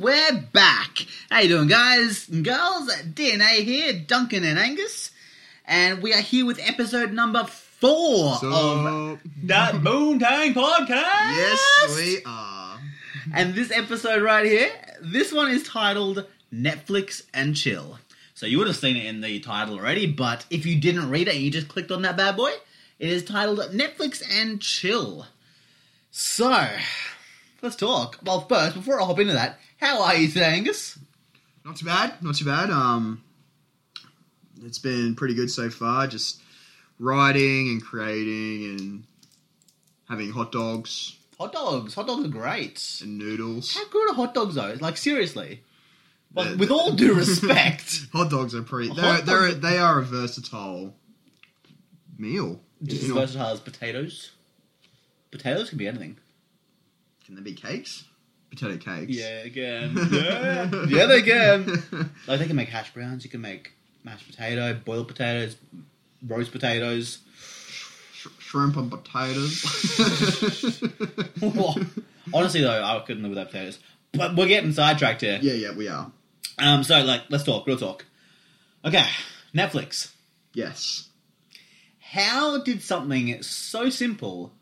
we're back. How you doing, guys and girls? DNA here, Duncan and Angus, and we are here with episode number four of So, That Moontang podcast. yes, Ah! we are. And this episode right here, this one is titled Netflix and Chill. So you would have seen it in the title already, but if you didn't read it and you just clicked on that bad boy, it is titled Netflix and Chill. So, let's talk. Well, first, before I hop into that, how are you today, Angus? Not too bad, not too bad. Um, it's been pretty good so far. Just writing and creating and having hot dogs Hot dogs. Hot dogs are great. and noodles. How good are hot dogs, though? Like, seriously. Like, They're- with all due respect, Hot dogs are pretty. They're, Hot they're dogs- they are a versatile meal. just as You know, versatile as potatoes. Potatoes can be anything. can they be cakes? Potato cakes. Yeah, again. Yeah. Yeah, they can. Like they can make hash browns. You can make mashed potato, boiled potatoes, roast potatoes. Sh- shrimp and potatoes. Honestly, though, I couldn't live without potatoes. But we're getting sidetracked here. yeah, yeah, we are. Um, so like, let's talk. Real talk. Okay, Netflix. Yes. How did something so simple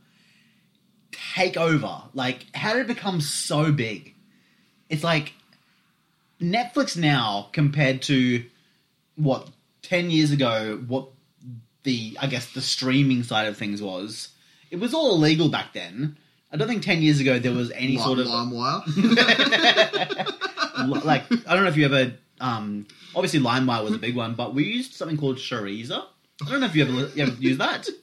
take over? Like, how did it become so big? It's like Netflix now compared to what 10 years ago what the i guess the streaming side of things was it was all illegal back then i don't think 10 years ago there was any Lime- sort of LimeWire. li- like i don't know if you ever um obviously limewire was a big one but we used something called Shariza. i don't know if you ever, you ever used that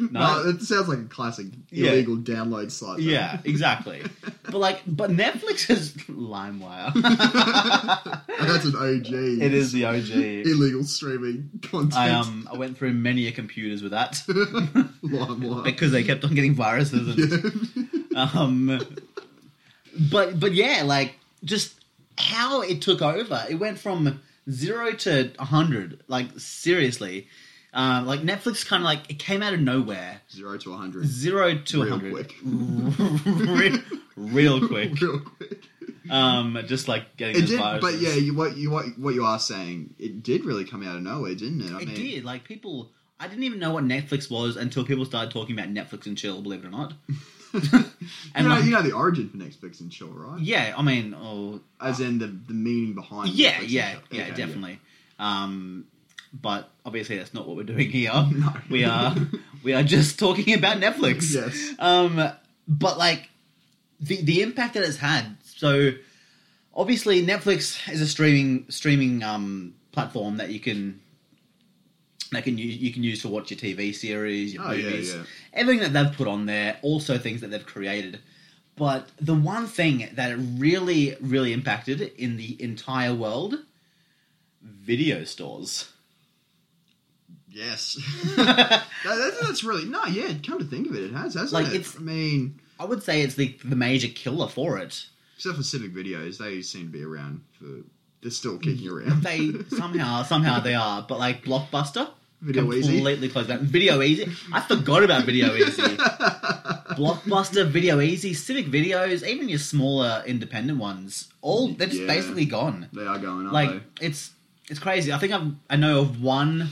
no Well, Uh, it sounds like a classic Yeah. illegal download site. though. yeah exactly but like but netflix is limewire And that's an OG. it is the og illegal streaming content. i um i went through many a computers with that LimeWire. because they kept on getting viruses and um, but but yeah, like just how it took over. It went from zero to a hundred. Like seriously, uh, like Netflix kind of like it came out of nowhere. Zero to a hundred. Zero to a Real hundred, quick. Re- real quick. Real quick. Um, just like getting It those did, viruses. but yeah, you, what you what, what you are saying, it did really come out of nowhere, didn't it? I it mean, did. Like people, I didn't even know what Netflix was until people started talking about Netflix and chill. Believe it or not. You And know, like, you know the origin for Netflix and chill, right? yeah, I mean, oh, As in the, the meaning behind. Netflix yeah, and yeah, Chill. yeah, Okay, definitely. Um, but obviously, that's not what we're doing here. No. We are we are just talking about Netflix. Yes. Um, but like the the impact that it's had. So obviously, Netflix is a streaming streaming um platform that you can that can you, you can use to watch your TV series, your Oh, yeah, movies, yeah. everything that they've put on there. Also, things that they've created. But the one thing that it really, really impacted in the entire world, video stores. Yes. That- that's, that's really no. Yeah, come to think of it, it has, hasn't Like, it? it's- I mean, I would say it's the, the major killer for it. except for Civic Videos, they seem to be around for. They're still kicking Mm, around. They somehow, somehow they are, but like Blockbuster, Video Easy. completely closed down. Video Easy, I forgot about Video Easy. Blockbuster, Video Easy, Civic Videos, even your smaller independent ones, all they're just Yeah. basically gone. They are going up. Like though. it's it's crazy. I think I'm I know of one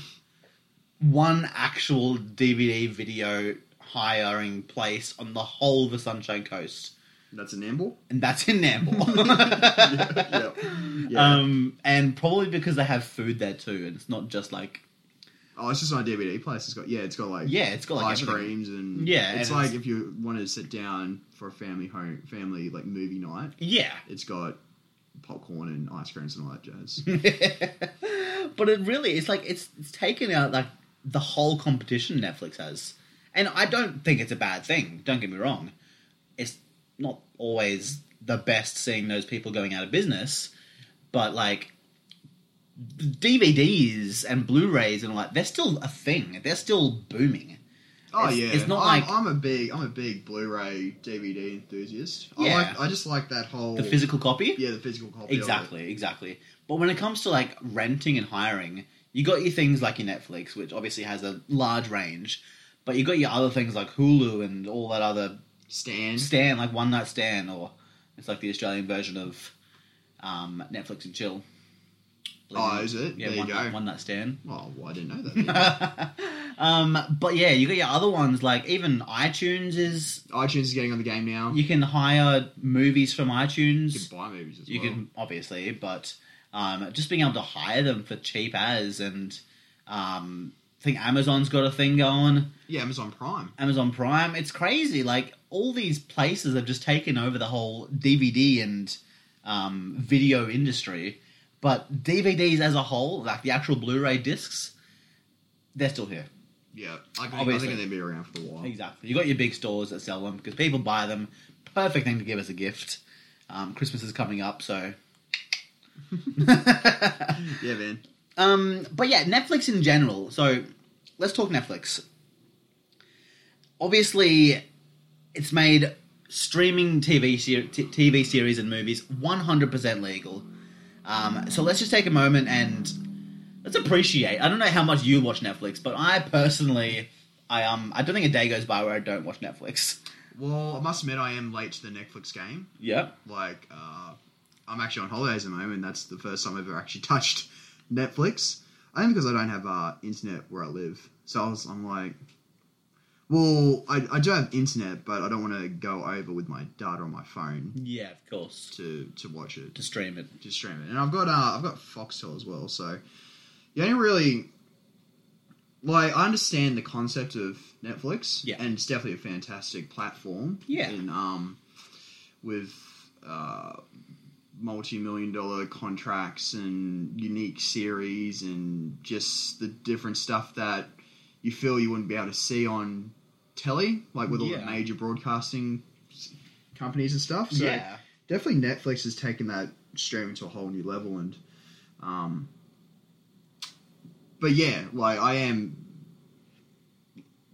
one actual DVD video hiring place on the whole of the Sunshine Coast, that's an amble. and that's in Nambour. yeah. yeah. Um, and probably because they have food there too, and it's not just like oh, it's just on a DVD place. It's got yeah, it's got like yeah, it's got like ice everything. creams and Yeah, It's and like it's- if you wanted to sit down for a family home, family like movie night. Yeah, It's got popcorn and ice creams and all that jazz. but it really it's like it's, it's taken out like the whole competition Netflix has, and I don't think it's a bad thing. Don't get me wrong, it's not always the best seeing those people going out of business, but like DVDs and Blu-rays and all that, they're still a thing. They're still booming. Oh It's- yeah, it's not I'm, like- I'm a big I'm a big Blu-ray DVD enthusiast. I Yeah. like I just like that whole The physical copy, yeah the physical copy of it. Exactly, exactly. But when it comes to like renting and hiring, you got your things like your Netflix, which obviously has a large range, but you got your other things like Hulu and all that other Stan. Stan, like One Night Stand, or it's like the Australian version of um, Netflix and chill. Oh, is it? Yeah, There you one, go. one night stand. Oh, well, I didn't know that. um, but yeah, you got your other ones like even iTunes is iTunes is getting on the game now. You you can hire movies from iTunes. can buy movies as you well. can obviously, but um, just being able to hire them for cheap as and um, I think Amazon's got a thing going. yeah, Amazon Prime. Amazon Prime. It's crazy. Like all these places have just taken over the whole DVD and um, video industry, but DVDs as a whole, like the actual Blu-ray discs, they're still here. Yeah, I think, I Obviously. think they'll be around for a while. Exactly. You got your big stores that sell them because people buy them. Perfect thing to give as a gift. Um, Christmas is coming up, so. Yeah, man. Um, but yeah, Netflix in general. So let's talk Netflix. Obviously, it's made streaming TV ser- t- TV series and movies 100% legal. Um, so let's just take a moment and let's appreciate. I don't know how much you watch Netflix, but I personally, I um, I don't think a day goes by where I don't watch Netflix. Well, I must admit, I am late to the Netflix game. Yep. Like, uh, I'm actually on holidays at the moment. That's the first time I've ever actually touched Netflix. Only because I don't have uh, internet where I live. So I was, I'm like, well, I, I do have internet, but I don't want to go over with my data on my phone Yeah, of course. to, to watch it. To stream it. to stream it. And I've got uh, I've got Foxtel as well, so you don't really like I understand the concept of Netflix, Yeah. and it's definitely a fantastic platform, Yeah. and um, with uh, multi-million dollar contracts and unique series and just the different stuff that you feel you wouldn't be able to see on telly, like with all the Yeah. major broadcasting s- companies and stuff. So yeah. definitely Netflix has taken that streaming to a whole new level and um but yeah, like I am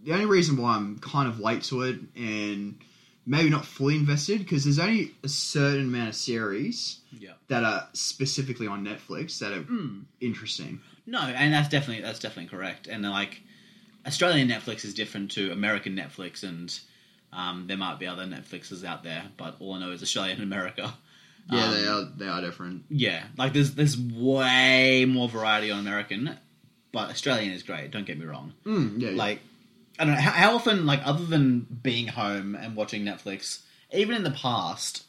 the only reason why I'm kind of late to it and maybe not fully invested because there's only a certain amount of series Yeah. that are specifically on Netflix that are Mm. interesting. No, and that's definitely that's definitely correct. And like Australian Netflix is different to American Netflix, and um, there might be other Netflixes out there, but all I know is Australia and America. Yeah, Um, they are they are different. Yeah, like there's there's way more variety on American, but Australian is great. Don't get me wrong. Mm, yeah, yeah. Like I don't know how, how often like other than being home and watching Netflix, even in the past,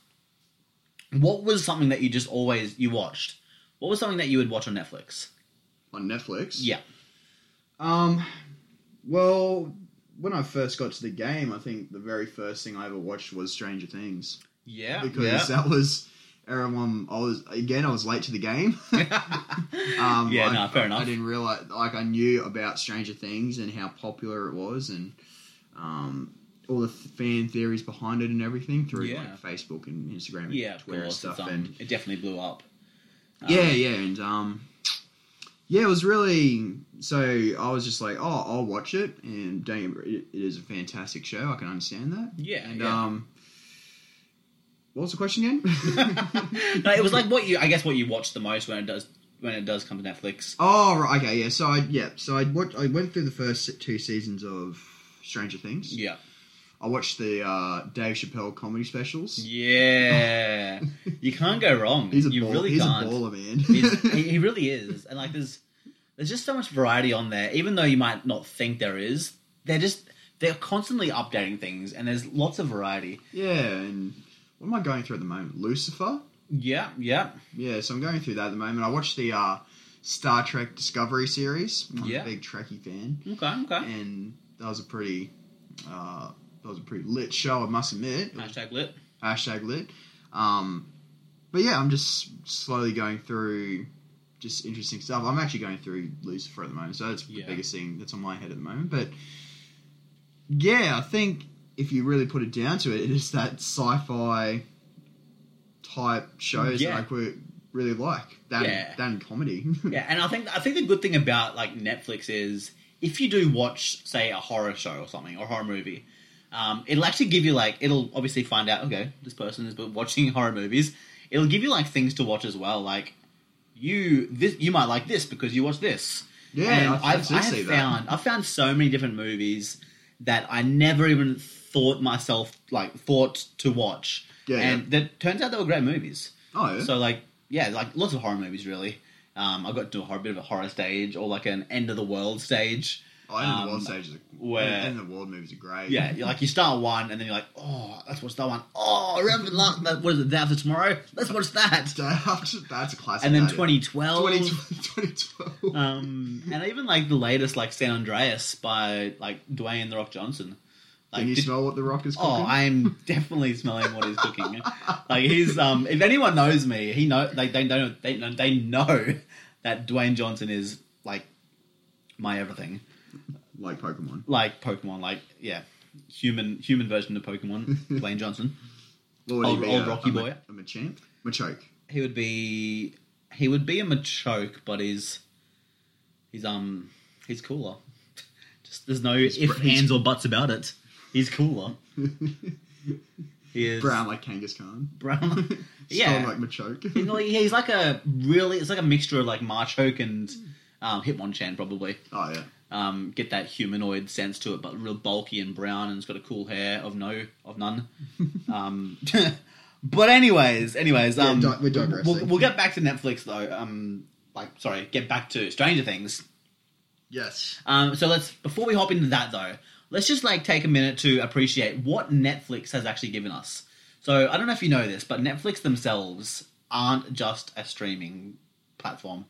what was something that you just always you watched? What was something that you would watch on Netflix? on Netflix. Yeah. Um, well, when I first got to the game, I think the very first thing I ever watched was Stranger Things Yeah. because that was everyone. I was again, I was late to the game. Um, yeah, I, no, fair enough. I didn't realize like I knew about Stranger Things and how popular it was and um, all the fan theories behind it and everything through Yeah. like Facebook and Instagram and yeah, of Twitter and course. stuff it's, um, and it definitely blew up. Um, yeah, yeah, and um, yeah, it was really. So I was just like, oh, I'll watch it, and don't get me- it, it is a fantastic show. I can understand that. yeah, And yeah. um, what was the question again? no, it was like what you, I guess, what you watch the most when it does when it does come to Netflix. oh, right, okay, yeah. So I yeah, so I watched, I went through the first two seasons of Stranger Things. Yeah, I watched the uh, Dave Chappelle comedy specials. yeah. you can't go wrong. He's a you ball, really he's can't. a baller man. He's- he, he really is, and like there's there's just so much variety on there. Even though you might not think there is, they're just they're constantly updating things, and there's lots of variety. yeah, and what am I going through at the moment? Lucifer. Yeah, yeah, Yeah, so I'm going through that at the moment. I watched the uh, Star Trek Discovery series. I'm Yeah. a big Trekkie fan, okay, okay. and that was a pretty uh, that was a pretty lit show. I must admit. It was Hashtag lit. hashtag lit. Um, but yeah, I'm just slowly going through just interesting stuff. I'm actually going through Lucifer at the moment, so that's Yeah. the biggest thing that's on my head at the moment. But yeah, I think if you really put it down to it, it is that sci-fi type shows Yeah. that I would really like. That Yeah. that and comedy. Yeah, and I think I think the good thing about like Netflix is if you do watch, say, a horror show or something or a horror movie, um, it'll actually give you like it'll obviously find out okay this person is watching horror movies. It'll give you like things to watch as well, like you this you might like this because you watch this. yeah, and I, I, I've, did I have see that. found I've found so many different movies that I never even thought myself like thought to watch, Yeah, and that turns out they were great movies. Oh, yeah. So like yeah, like lots of horror movies really. Um, I got to a horror, bit of a horror stage or like an end of the world stage. Oh, End of Um, the World stage is a, where- End of the World movies are great. Yeah, you're like you start one and then you're like, oh, let's watch that one. Oh, remember last? that- What is it? Day after tomorrow? Let's watch that. Day After- that's a classic. And then that is. 2012. 2012. 2012. um, and even like the latest, like San Andreas by like Dwayne the Rock Johnson. Like, Can you did- smell what the rock is cooking? Oh, I'm definitely smelling what he's cooking. Like he's um, if anyone knows me, he know they they know they know, they know that Dwayne Johnson is like my everything, like Pokemon. like Pokemon, like yeah, human human version of Pokemon, Dwayne Johnson. What would Old- he be, old uh, Rocky a, Ma- boy. A Machamp? Machoke. He would be he would be a Machoke, but he's he's um he's cooler. Just there's no He's if br- he's- ands or buts about it. He's cooler. He is Brown like Kangaskhan. Brown. Strong Yeah. like Machoke. He's like, he's like a really, it's like a mixture of like Marchoke and um, Hitmonchan probably. oh, yeah. Um, get that humanoid sense to it, but real bulky and brown, and it's got a cool hair of no, of none. um, but anyways, anyways, um, di- we're digressing. We'll, we'll get back to Netflix though. Um, like, sorry, get back to Stranger Things. Yes. Um, so let's before we hop into that though, let's just like take a minute to appreciate what Netflix has actually given us. So I don't know if you know this, but Netflix themselves aren't just a streaming platform;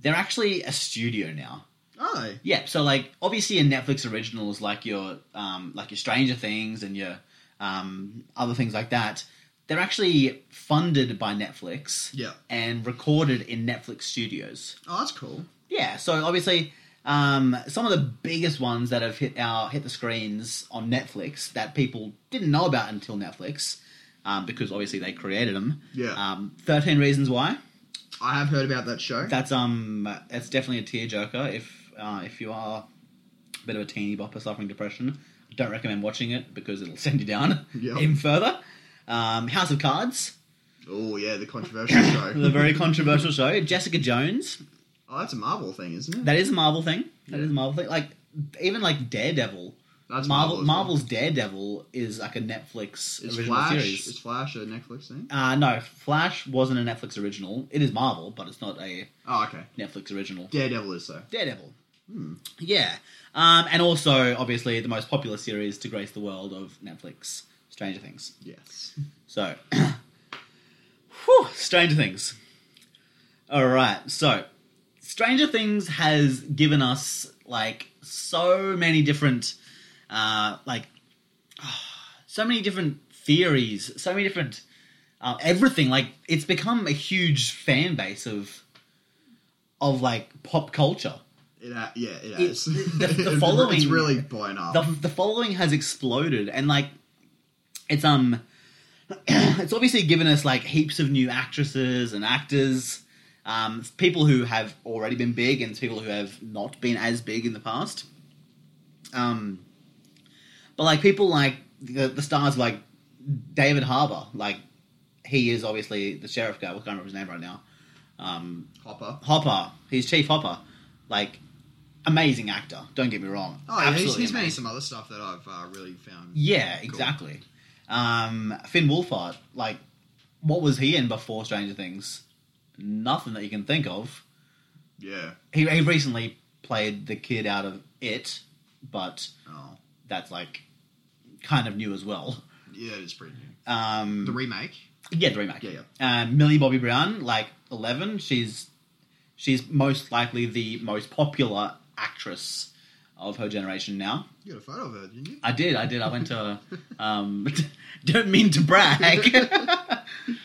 they're actually a studio now. Oh, Yeah, so like obviously in Netflix originals, like your um, like your Stranger Things and your um, other things like that, they're actually funded by Netflix yeah. and recorded in Netflix studios. Oh, that's cool. Yeah, so obviously, um, some of the biggest ones that have hit our hit the screens on Netflix that people didn't know about until Netflix, um, because obviously they created them. Yeah. Um, Thirteen Reasons Why. I have heard about that show. That's um, that's definitely a tearjerker if uh, if you are a bit of a teeny bopper suffering depression. Don't recommend watching it because it'll send you down Yep. even further. Um, House of Cards, oh, yeah, the controversial show. the very controversial show. Jessica Jones. oh, that's a Marvel thing, isn't it? That is a Marvel thing. That is Yeah. a Marvel thing. Like even like Daredevil. that's Marvel, as well. Marvel's Daredevil is like a Netflix Is original Flash, series. is Flash a Netflix thing? Uh, no, Flash wasn't a Netflix original. It is Marvel, but it's not a Oh, okay. Netflix original. Daredevil is so. Daredevil. Hmm. Yeah. Um, and also, obviously, the most popular series to grace the world of Netflix, Stranger Things. Yes. So, whew, Stranger Things. All right, so Stranger Things has given us like so many different, uh, like so many different theories, so many different uh, everything. Like it's become a huge fan base of of like pop culture. It, ha- yeah, it It- has. the- the It's- It's following- really blown up. the, the following has exploded and like it's um it's obviously given us like heaps of new actresses and actors um, people who have already been big and people who have not been as big in the past um, but like people like the, the stars like david harbour like he is obviously the sheriff guy i can't remember his name right now um, Hopper. hopper he's chief hopper like amazing actor don't get me wrong Oh, yeah, he's, Absolutely he's been in amazing. some other stuff that I've uh, really found. Yeah, exactly. Um, Finn Wolfhard, like, what was he in before Stranger Things? Nothing that you can think of. Yeah. He, he recently played the kid out of It, but Oh, that's like kind of new as well. yeah, it's pretty new. Um, The remake. yeah, the remake. Yeah, yeah. Um, Millie Bobby Brown, like eleven, she's she's most likely the most popular actress of her generation now. You got a photo of her, didn't you? I did, I did. I went to. Um, don't mean to brag,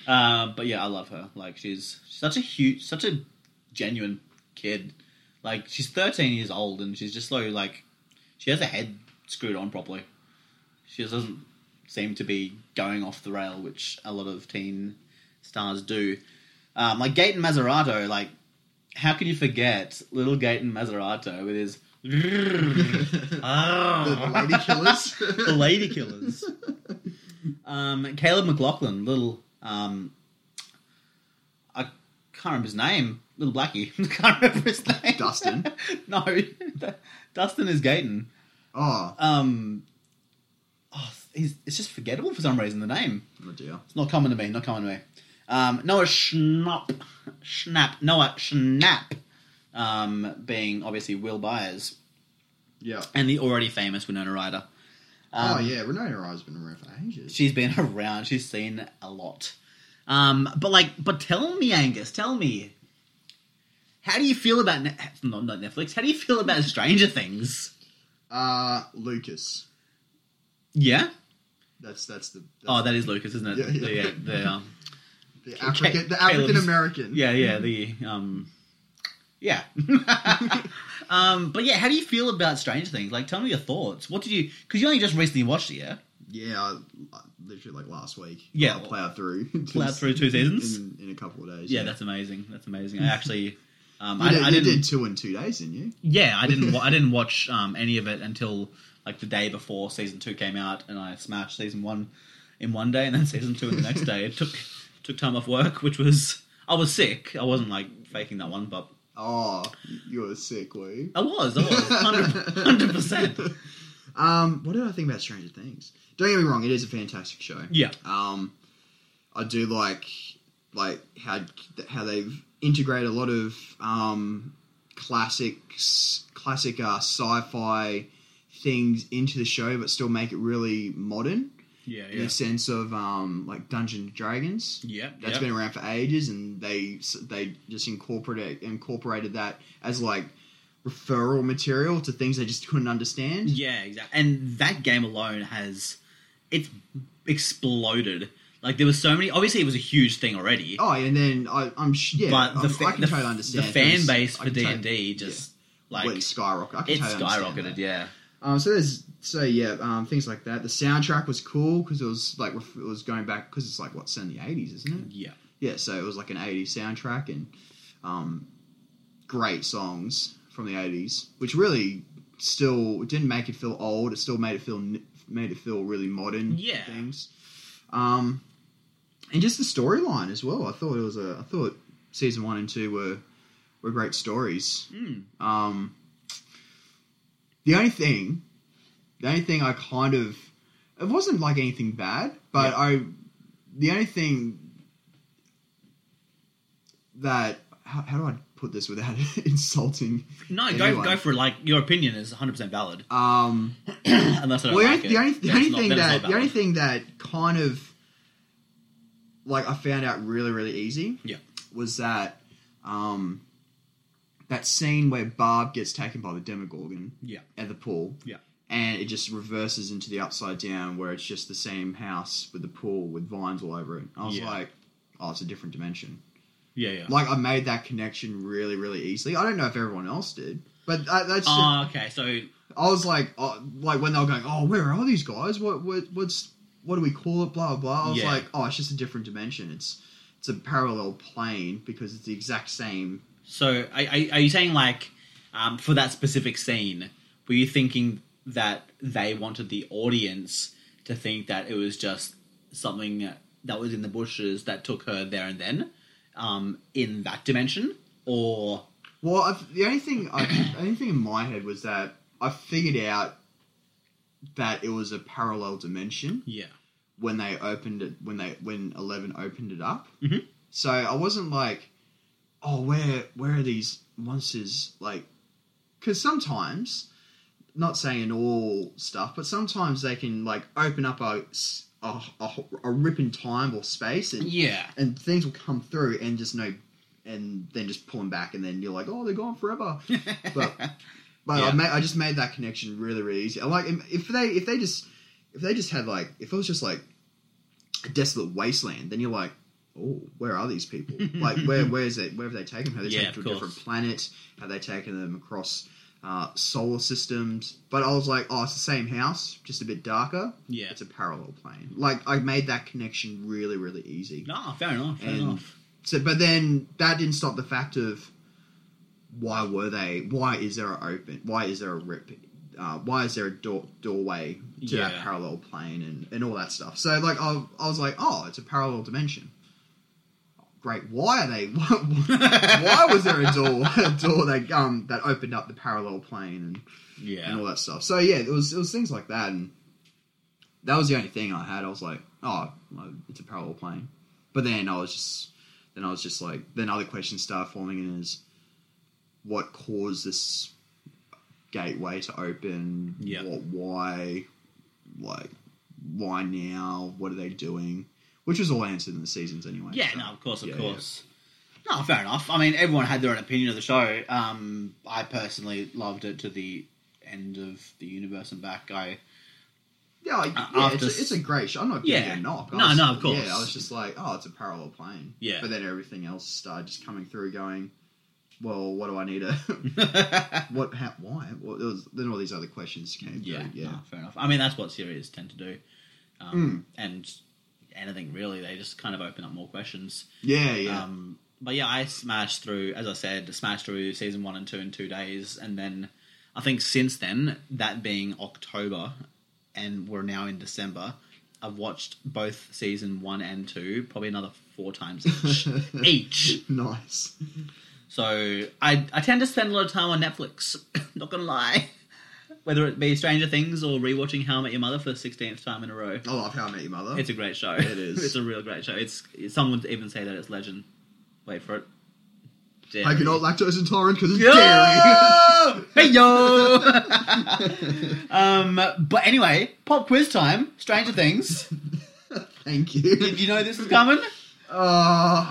uh, but yeah, I love her. Like she's such a huge, such a genuine kid. Like she's 13 years old and she's just so like she has her head screwed on properly. She just doesn't seem to be going off the rail, which a lot of teen stars do. Um, like Gaten Maserato, like how can you forget little Gaten Maserato with his. the, the lady killers. Ah. the lady killers. Um, Caleb McLaughlin, little um, I can't remember his name. Little Blackie, can't remember his name. Dustin. no, Dustin is Gaten. oh, Um, oh, he's, it's just forgettable for some reason. The name. oh dear. It's not coming to me. Not coming to me. Um, Noah Schnapp, Schnapp, Noah Schnapp, um, being obviously Will Byers Yeah. and the already famous Winona Ryder. Um, oh yeah, Renata Ryder's been around for ages. She's been around. She's seen a lot. Um, but like, but tell me, Angus, tell me, how do you feel about ne- not, not Netflix? How do you feel about Stranger Things? Uh, Lucas. Yeah. That's that's the that's Oh, that is Lucas, isn't it? Yeah, yeah. The, the, um, the African the Caleb's- African American. yeah, yeah, the um, yeah. um, but yeah, how do you feel about Stranger Things? Like, tell me your thoughts. What did you? Because you only just recently watched it, yeah. yeah. I, I- literally like last week. Yeah. I plowed through. Plowed through two seasons? in, in a couple of days. Yeah, that's amazing. That's amazing. I actually, um, You I, did, I you didn't. did two in two days, didn't you? Yeah, I didn't. Wa- I didn't watch um, any of it until like the day before season two came out, and I smashed season one in one day, and then season two in the next day. It took took time off work, which was I was sick. I wasn't like faking that one, but Oh, you were sick, were you? I was. I was hundred percent. Um, what did I think about Stranger Things? Don't get me wrong, it is a fantastic show. Yeah, Um, I do like like how how they've integrated a lot of um, classics, classic uh, sci-fi things into the show, but still make it really modern yeah, in the sense of um, like Dungeons and Dragons. yeah. That's been around for ages, and they they just incorporated incorporated that as like referral material to things they just couldn't understand. Yeah, exactly. And that game alone has it's exploded. Like there was so many. Obviously, it was a huge thing already. Oh, and then I, I'm sh- yeah, but the, I'm- fa- I can the, totally understand the fan this. base I for can D totally- and D just like went skyrocket. I can it totally understand skyrocketed. that. Yeah, Um, so there's so yeah, um, things like that. The soundtrack was cool because it was like ref- it was going back because it's like what's set in the eighties, isn't it? yeah. Yeah, so it was like an '80s soundtrack and um, great songs from the '80s, which really still it didn't make it feel old. It still made it feel n- made it feel really modern. Yeah. things. Um, and just the storyline as well. I thought it was a. I thought season one and two were were great stories. Mm. Um, the only thing, the only thing I kind of, it wasn't like anything bad, but Yeah. I, the only thing that how, how do I put this without insulting? No, go Anyone. go for it. Like your opinion is 100 percent valid, Um, unless I don't well, the like only, it. the only, the Then it's only not- thing then it's not that the only valid. thing that kind of like I found out really really easy Yeah. was that um that scene where Barb gets taken by the Demogorgon Yeah. at the pool Yeah. and it just reverses into the upside down where it's just the same house with the pool with vines all over it. I was Yeah. like, oh, it's a different dimension. yeah, yeah. Like I made that connection really really easily. I don't know if everyone else did, but I, that's just- Ah, okay. So I was like, oh, like when they were going, oh, where are these guys? What, what, what's, what do we call it? Blah blah. I was Yeah. like, oh, it's just a different dimension. It's, it's a parallel plane because it's the exact same. So, are, are are you saying like um, for that specific scene, were you thinking that they wanted the audience to think that it was just something that was in the bushes that took her there and then um, in that dimension, or Well, i the only thing, I, the only thing in my head was that I figured out that it was a parallel dimension yeah, when they opened it when they when Eleven opened it up. Mhm. So I wasn't like, oh, where where are these monsters? Like, because sometimes, not saying in all stuff, but sometimes they can like open up a s- a, a, a rip in time or space, and yeah, and things will come through and just no, and then just pull them back, and then you're like, oh, they're gone forever. But- But Yeah. I, made, I just made that connection really, really easy. And like if they if they just if they just had like if it was just like a desolate wasteland, then you're like, oh, where are these people? like where where is it? Where have they taken them? Have they Yeah, taken of them to a different course. planet? Have they taken them across uh, solar systems? But I was like, oh, it's the same house, just a bit darker. yeah. It's a parallel plane. Like I made that connection really, really easy. Nah, fair enough. Fair And- enough. So, but then that didn't stop the fact of why were they? Why is there a open? Why is there a rip? Uh, why is there a door, doorway to that Yeah. parallel plane and, and all that stuff? So like I, I was like, oh, it's a parallel dimension. Great. Why are they? Why, why was there a door a door that um that opened up the parallel plane and and Yeah, all that stuff. So yeah, it was it was things like that, and that was the only thing I had. I was like, oh, well, it's a parallel plane. But then I was just then I was just like then other questions start falling in is what caused this gateway to open? Yeah. What why like why now? What are they doing? Which was all answered in the seasons anyway. Yeah, so- no, of course, of yeah, course. No, fair enough. I mean, everyone had their own opinion of the show. Um, I personally loved it to the end of the universe and back. I Yeah, like, Uh, yeah after it's, a, it's a great show. I'm not giving Yeah. it a knock. I No, was- no, of course. Yeah, I was just like, oh, it's a parallel plane. Yeah. But then everything else started just coming through, going, well, what do I need to? what? How, why? Well, there was, then all these other questions came. yeah, Through. Yeah. Hmm. no, fair enough. I mean, that's what series tend to do, um, and anything really, they just kind of open up more questions. Yeah. Yeah. Um, but yeah, I smashed through, as I said, smashed through season one and two in two days, and then I think since then, that being October, and we're now in December, I've watched both season one and two, probably another four times each. each. nice. So I I tend to spend a lot of time on Netflix. Not gonna lie. Whether it be Stranger Things or rewatching How I Met Your Mother for the sixteenth time in a row, I love How I Met Your Mother. it's a great show. It is. it's a real great show. It's some would even say that it's legend. Wait for it. Dairy. I can not lactose intolerant because it's Yo! dairy. Hey yo. um, but anyway, pop quiz time. Stranger Things. Thank you. Did you know this was coming? Oh,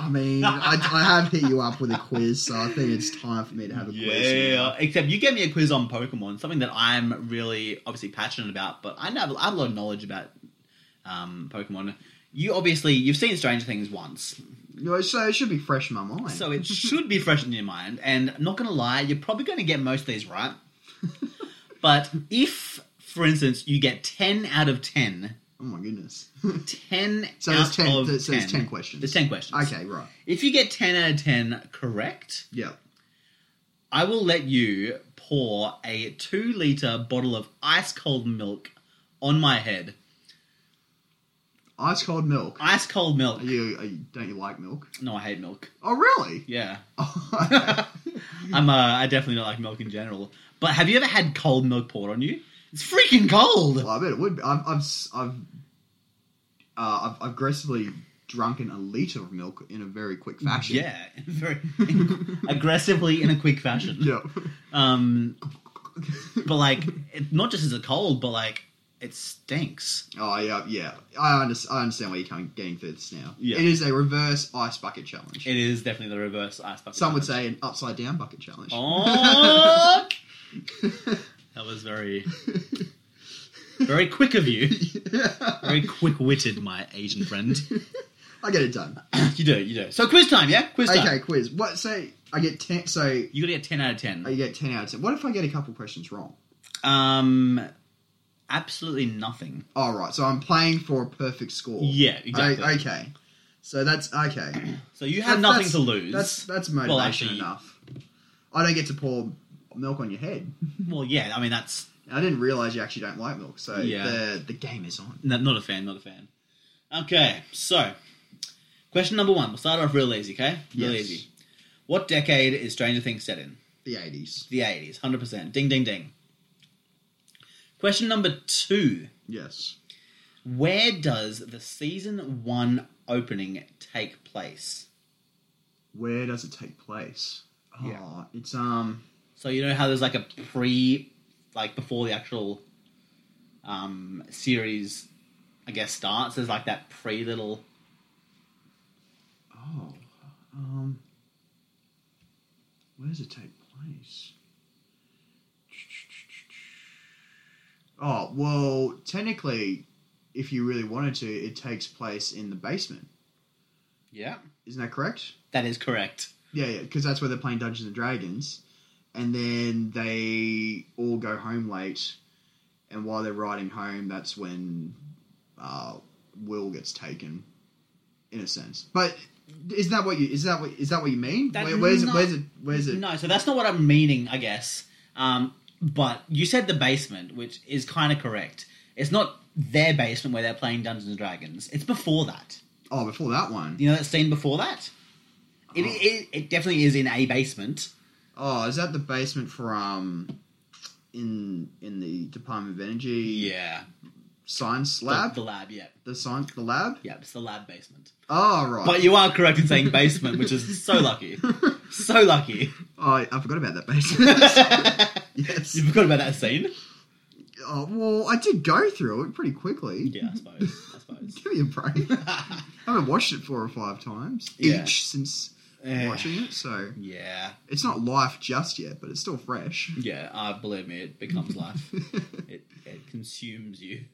I mean, I, I have hit you up with a quiz, so I think it's time for me to have a quiz. now. Yeah, except you gave me a quiz on Pokemon, something that I'm really obviously passionate about, but I know I have a lot of knowledge about um, Pokemon. You obviously you've seen Stranger Things once, No, so it should be fresh in my mind. so it should be fresh in your mind. And I'm not gonna lie, you're probably gonna get most of these right. but if, for instance, you get ten out of ten, oh my goodness. 10 So out it's 10 of so it's 10, 10 questions. There's ten questions. okay, right. If you get ten out of ten correct, Yeah. I will let you pour a two liter bottle of ice cold milk on my head. Ice cold milk. Ice cold milk. Are you, are you, don't you like milk? No, I hate milk. Oh, really? Yeah, Oh, I'm. Uh, I definitely don't like milk in general. But have you ever had cold milk poured on you? It's freaking cold. well, I bet it would be. I've, I've, s- I've, uh, I've aggressively drunken a litre of milk in a very quick fashion. Yeah, very aggressively in a quick fashion. Yeah. Um, but like, it, not just is it cold, but like it stinks. Oh, yeah, yeah. I, under, I understand why you're coming, getting through this now. Yeah. It is a reverse ice bucket challenge. It is definitely the reverse ice bucket. Some would challenge. say an upside down bucket challenge. Oh, that was very, very quick of you. Very quick witted, my Asian friend. I get it done. you do, you do. So quiz time, yeah? Quiz time. Okay, quiz. What? Say I get ten. So You gotta get ten out of ten. I get ten out of ten. What if I get a couple questions wrong? Um absolutely nothing. All Oh, right, so I'm playing for a perfect score. Yeah, exactly. O- okay, so that's okay. so you have That's- nothing that's- to lose. That's that's motivation actually- enough. I don't get to pour milk on your head. well yeah, I mean that's I didn't realize you actually don't like milk. So Yeah. the the game is on. no, not a fan, not a fan. Okay, so question number one. We'll start off real easy, okay? Real Yes. easy. What decade is Stranger Things set in? The eighties. The eighties, hundred percent. Ding ding ding. Question number two. Yes. Where does the season one opening take place? Where does it take place? Oh, Yeah. it's um. So you know how there's like a pre, like before the actual um, series, I guess starts. There's like that pre little. Oh, um, where does it take place? Oh, well, technically, if you really wanted to, it takes place in the basement. Yeah. Isn't that correct? That is correct. Yeah, yeah, because that's where they're playing Dungeons and Dragons, and then they all go home late, and while they're riding home, that's when uh, Will gets taken, in a sense. But is that what you is that what is that what you mean? That- Where, where's no. it? Where's it? Where's it? No, so that's not what I'm meaning. I guess. Um, but you said the basement, which is kind of correct. It's not their basement where they're playing Dungeons and Dragons. It's before that. Oh, before that one. You know that scene before that. It, Oh. it, it definitely is in a basement. Oh, is that the basement from in in the Department of Energy? Yeah. science The- lab, The, the, lab, yeah. science, the lab. Yeah, it's the lab basement. Oh right. But you are correct in saying basement, which is so lucky. So lucky. Oh, I, I forgot about you that basement. yes. forgot about that scene? Oh, well, I did go through it pretty quickly. Yeah, I suppose. I suppose. Give me a break. I haven't watched it four or five times Yeah. each since Eh, watching it, so Yeah. it's not life just yet, but it's still fresh. Yeah, uh, believe me, it becomes life. it, it consumes you.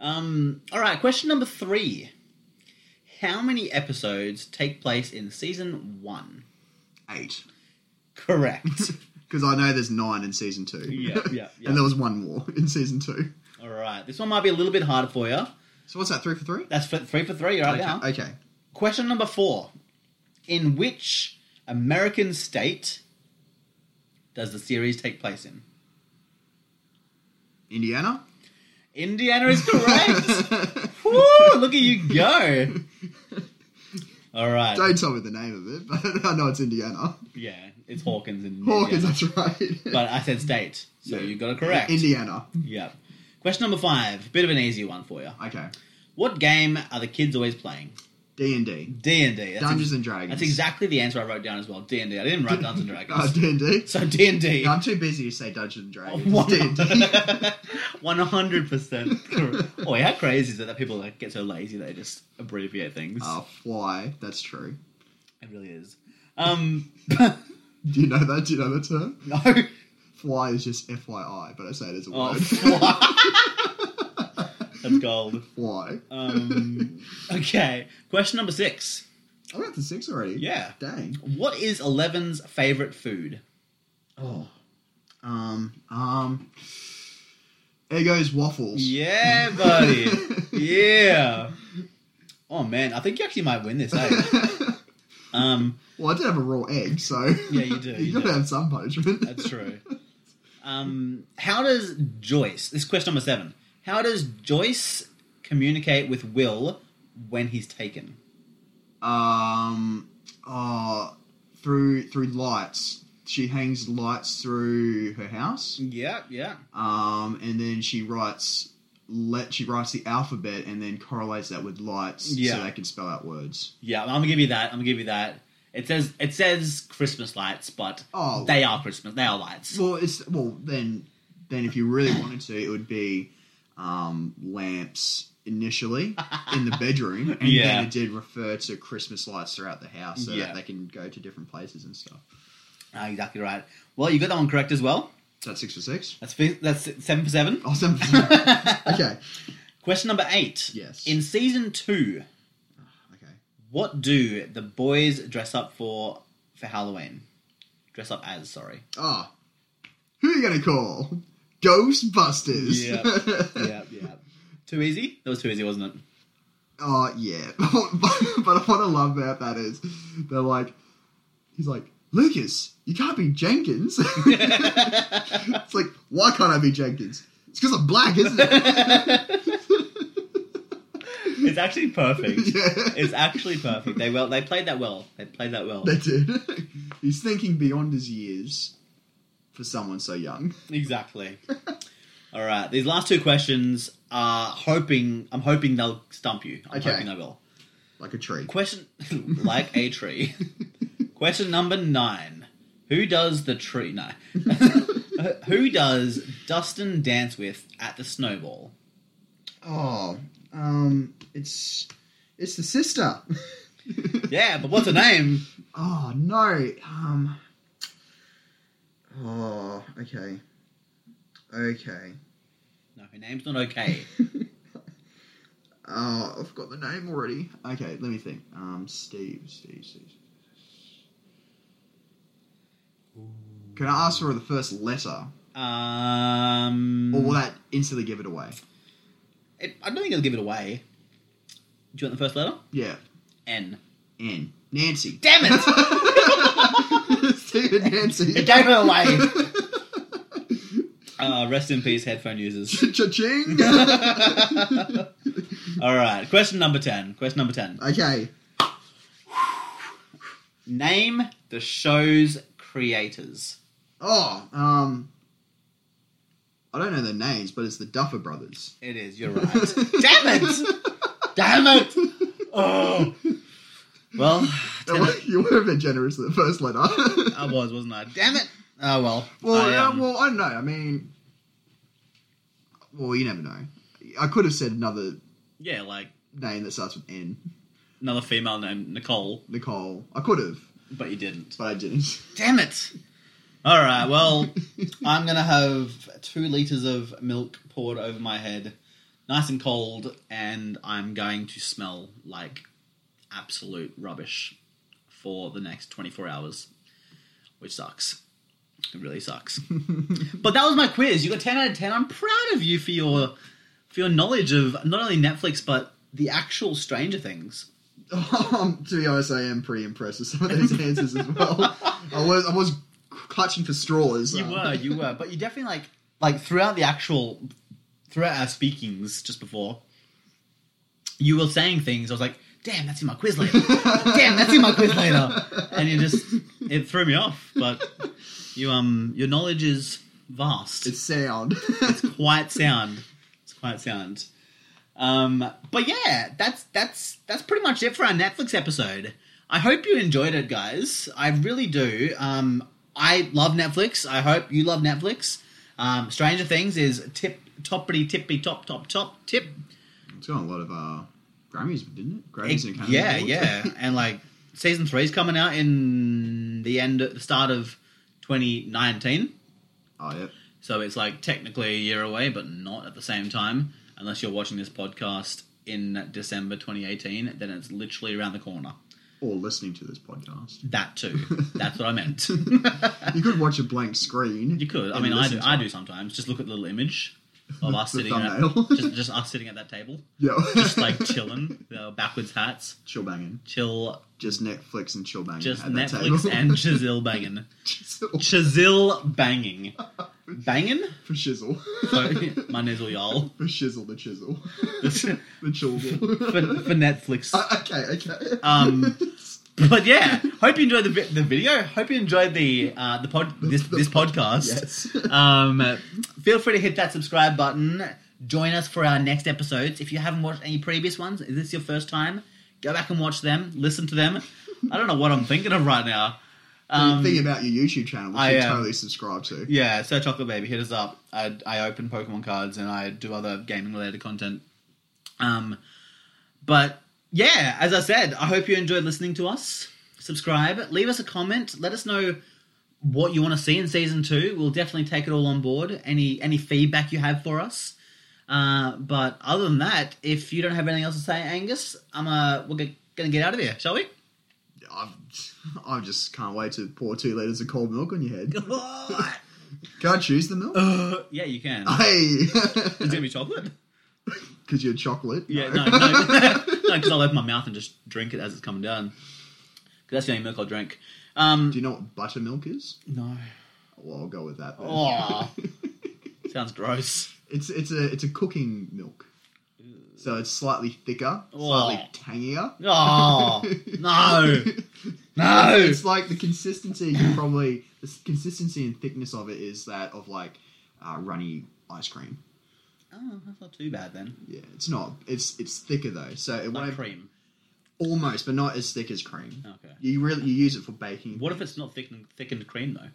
Um, all right, question number three. How many episodes take place in season one? Eight, Correct. because I know there's nine in season two. Yeah, yeah, yeah. and there was one more in season two. all right, this one might be a little bit harder for you. So what's that? Three for three? That's for three for three right okay. now. okay. Question number four. In which American state does the series take place in? Indiana. Indiana is correct. Woo, look at you go. All right. Don't tell me the name of it, but I know it's Indiana. Yeah, it's Hawkins in Hawkins, Indiana. that's right. But I said state, so Yeah. you got it correct. Indiana. yeah. Question number five. Bit of an easy one for you. Okay. What game are the kids always playing? D and D. D and D. Dungeons and Dragons. That's exactly the answer I wrote down as well. D and D. I didn't write Dungeons and Dragons. Oh, D and D. So D and D. I'm too busy to say Dungeons and Dragons. It's D&D. One hundred percent. Oh, how crazy is it that people like, get so lazy they just abbreviate things? Ah, fly. That's true. It really is. Um, Do you know that? Do you know the term? no. Fly is just FYI, but I say it as a Oh, word. fly. That's gold. fly. Um, okay. Question number six. I'm at the six already. Yeah. Dang. What is Eleven's favorite food? Oh. Um. Um. Eggo's waffles. Yeah, buddy. yeah. Oh man, I think you actually might win this. Eh? Um, well, I did have a raw egg, so Yeah, you do, you, you gotta do. have some punishment. that's true. Um, how does Joyce? This is question number seven. How does Joyce communicate with Will when he's taken? um. Uh, through through lights. She hangs lights through her house. Yeah, yeah. um, and then she writes let she writes the alphabet and then correlates that with lights so Yeah. they can spell out words. Yeah, I'm gonna give you that. I'm gonna give you that. It says it says Christmas lights, but Oh. they are Christmas. They are lights. Well, it's well then then if you really wanted to, it would be um, lamps initially in the bedroom, and Yeah. then it did refer to Christmas lights throughout the house so Yeah. that they can go to different places and stuff. Ah, exactly right. Well, you got that one correct as well. So that's six for six. Oh, That's fi- that's seven for seven. Awesome. okay. Question number eight. Yes. In season two, Okay. what do the boys dress up for for Halloween? Dress up as, sorry. Ah, who are you gonna call? Ghostbusters. yeah. Too easy? That was too easy, wasn't it? Oh yeah, but, but what I love about that is they're like, he's like Lucas, you can't be Jenkins. it's like why can't I be Jenkins? It's because I'm black, isn't it? It's actually perfect. yeah, It's actually perfect. They well they played that well. They played that well. they did. he's thinking beyond his years for someone so young. Exactly. All right. These last two questions are hoping I'm hoping they'll stump you. I'm Okay. hoping they will. Like a tree. Question like a tree. Question number nine. Who does the tree? No. Who does Dustin dance with at the snowball? Oh, um, it's it's the sister. Yeah, but what's her name? Oh no. Um. Oh, okay. Okay. No, her name's not okay. Oh, I've got the name already. Okay, let me think. Um, Steve, Steve, Steve. Can I ask for the first letter, Um, or will that instantly give it away? it, I don't think it'll give it away. Do you want the first letter? Yeah, N. N. Nancy. Damn it! Steve and Nancy. It gave it away. away. Uh, rest in peace, headphone users. Cha-ching. All right, question number ten. Question number ten. okay. Name the show's creators. Oh, um, I don't know their names, but it's the Duffer Brothers. It is. You're right. Damn it! Damn it! Oh. Well, Tenet- You were a bit generous with the first letter. I was, wasn't I? Damn it! Oh well. well, Um, I, yeah, um, well, I don't know. I mean, well, you never know. I could have said another Yeah, like name that starts with N, another female named Nicole, Nicole. I could have, but you didn't. but I didn't. Damn it! All right. Well, I'm gonna have two liters of milk poured over my head, nice and cold, and I'm going to smell like absolute rubbish for the next 24 hours, which sucks. It really sucks. but that was my quiz. You got 10 out of 10. I'm proud of you for your for your knowledge of not only Netflix but the actual Stranger Things. Um, to be honest, I am pretty impressed with some of these answers as well. I was I was clutching for straws. You um, were, you were, but you definitely like like throughout the actual throughout our speakings just before, you were saying things. I was like, "Damn, that's in my quiz later." Damn, that's in my quiz later. And you just it threw me off. But you um your knowledge is vast. It's sound. quite sound. It's quite sound. Um, but yeah, that's that's that's pretty much it for our Netflix episode. I hope you enjoyed it, guys. I really do. Um, I love Netflix. I hope you love Netflix. Um, Stranger Things is tip toppity tippy top top top tip. it's got a lot of uh, Grammys, didn't it? Grammys and Academy yeah, Awards. yeah, and like season three's coming out in the end, the start of twenty nineteen. oh yeah. So it's like technically a year away, but not at the same time. Unless you're watching this podcast in December 2018, then it's literally around the corner. Or listening to this podcast. That too. That's what I meant. You could watch a blank screen. you could. I and mean, I listen do. to I it. do sometimes. Just look at the little image of us The sitting at thumbnail. just, just us sitting at that table, Yeah. just like chilling, with our backwards hats, chill banging. chill, Just Netflix and chill banging. just at that Netflix table. and Chazil banging, Chizzle. Chazil banging, banging. for shizzle. My nizzle y'all. for shizzle the chisel. for, the children. for Netflix. okay, okay. Um, but yeah, hope you enjoyed the, vi- the video. Hope you enjoyed the uh, the pod this the this pod- podcast. yes. Um, feel free to hit that subscribe button. Join us for our next episodes. If you haven't watched any previous ones, is this your first time? Go back and watch them. Listen to them. I don't know what I'm thinking of right now. Um, the thing about your YouTube channel, which I, you um, totally subscribe to. yeah, Sir Chocolate Baby, hit us up. I, I open Pokemon cards and I do other gaming related content. Um, but yeah, as I said, I hope you enjoyed listening to us. Subscribe, leave us a comment, let us know what you want to see in season two. We'll definitely take it all on board. Any any feedback you have for us. Uh, but other than that, if you don't have anything else to say, Angus, I'm uh, we're g- gonna get out of here, shall we? I I just can't wait to pour two liters of cold milk on your head. Can I choose the milk? yeah, you can. Hey, It's gonna be chocolate. because you're chocolate. Yeah, no, no, no, because I'll open my mouth and just drink it as it's coming down. Because that's the only milk I'll drink. Um, Do you know what buttermilk is? no. Well, I'll go with that. Then. Oh, sounds gross. It's it's a it's a cooking milk, so it's slightly thicker, Oh. slightly tangier. Oh, no, no. It's like the consistency. You probably the s- consistency and thickness of it is that of like uh, runny ice cream. Oh, that's not too bad then. Yeah, it's not. It's it's thicker though, so it Like won't cream. almost, but not as thick as cream. Okay. You really you use it for baking. What if it's not thickened, thickened cream though?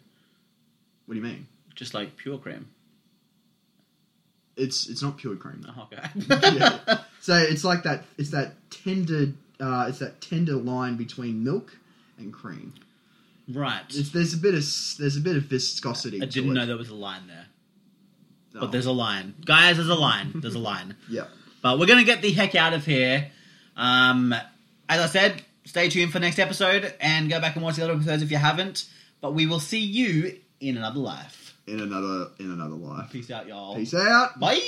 What do you mean? Just like pure cream. It's it's not pure cream though. Oh, okay. Yeah. So it's like that. It's that tender. Uh, it's that tender line between milk and cream. right. It's, there's a bit of s- there's a bit of viscosity. I to didn't it. know there was a line there, Oh, but there's a line, guys. There's a line. There's a line. yeah. But we're gonna get the heck out of here. Um, as I said, stay tuned for next episode and go back and watch the other episodes if you haven't. But we will see you in another life. In another in another life. Peace out, y'all. Peace out. Bye.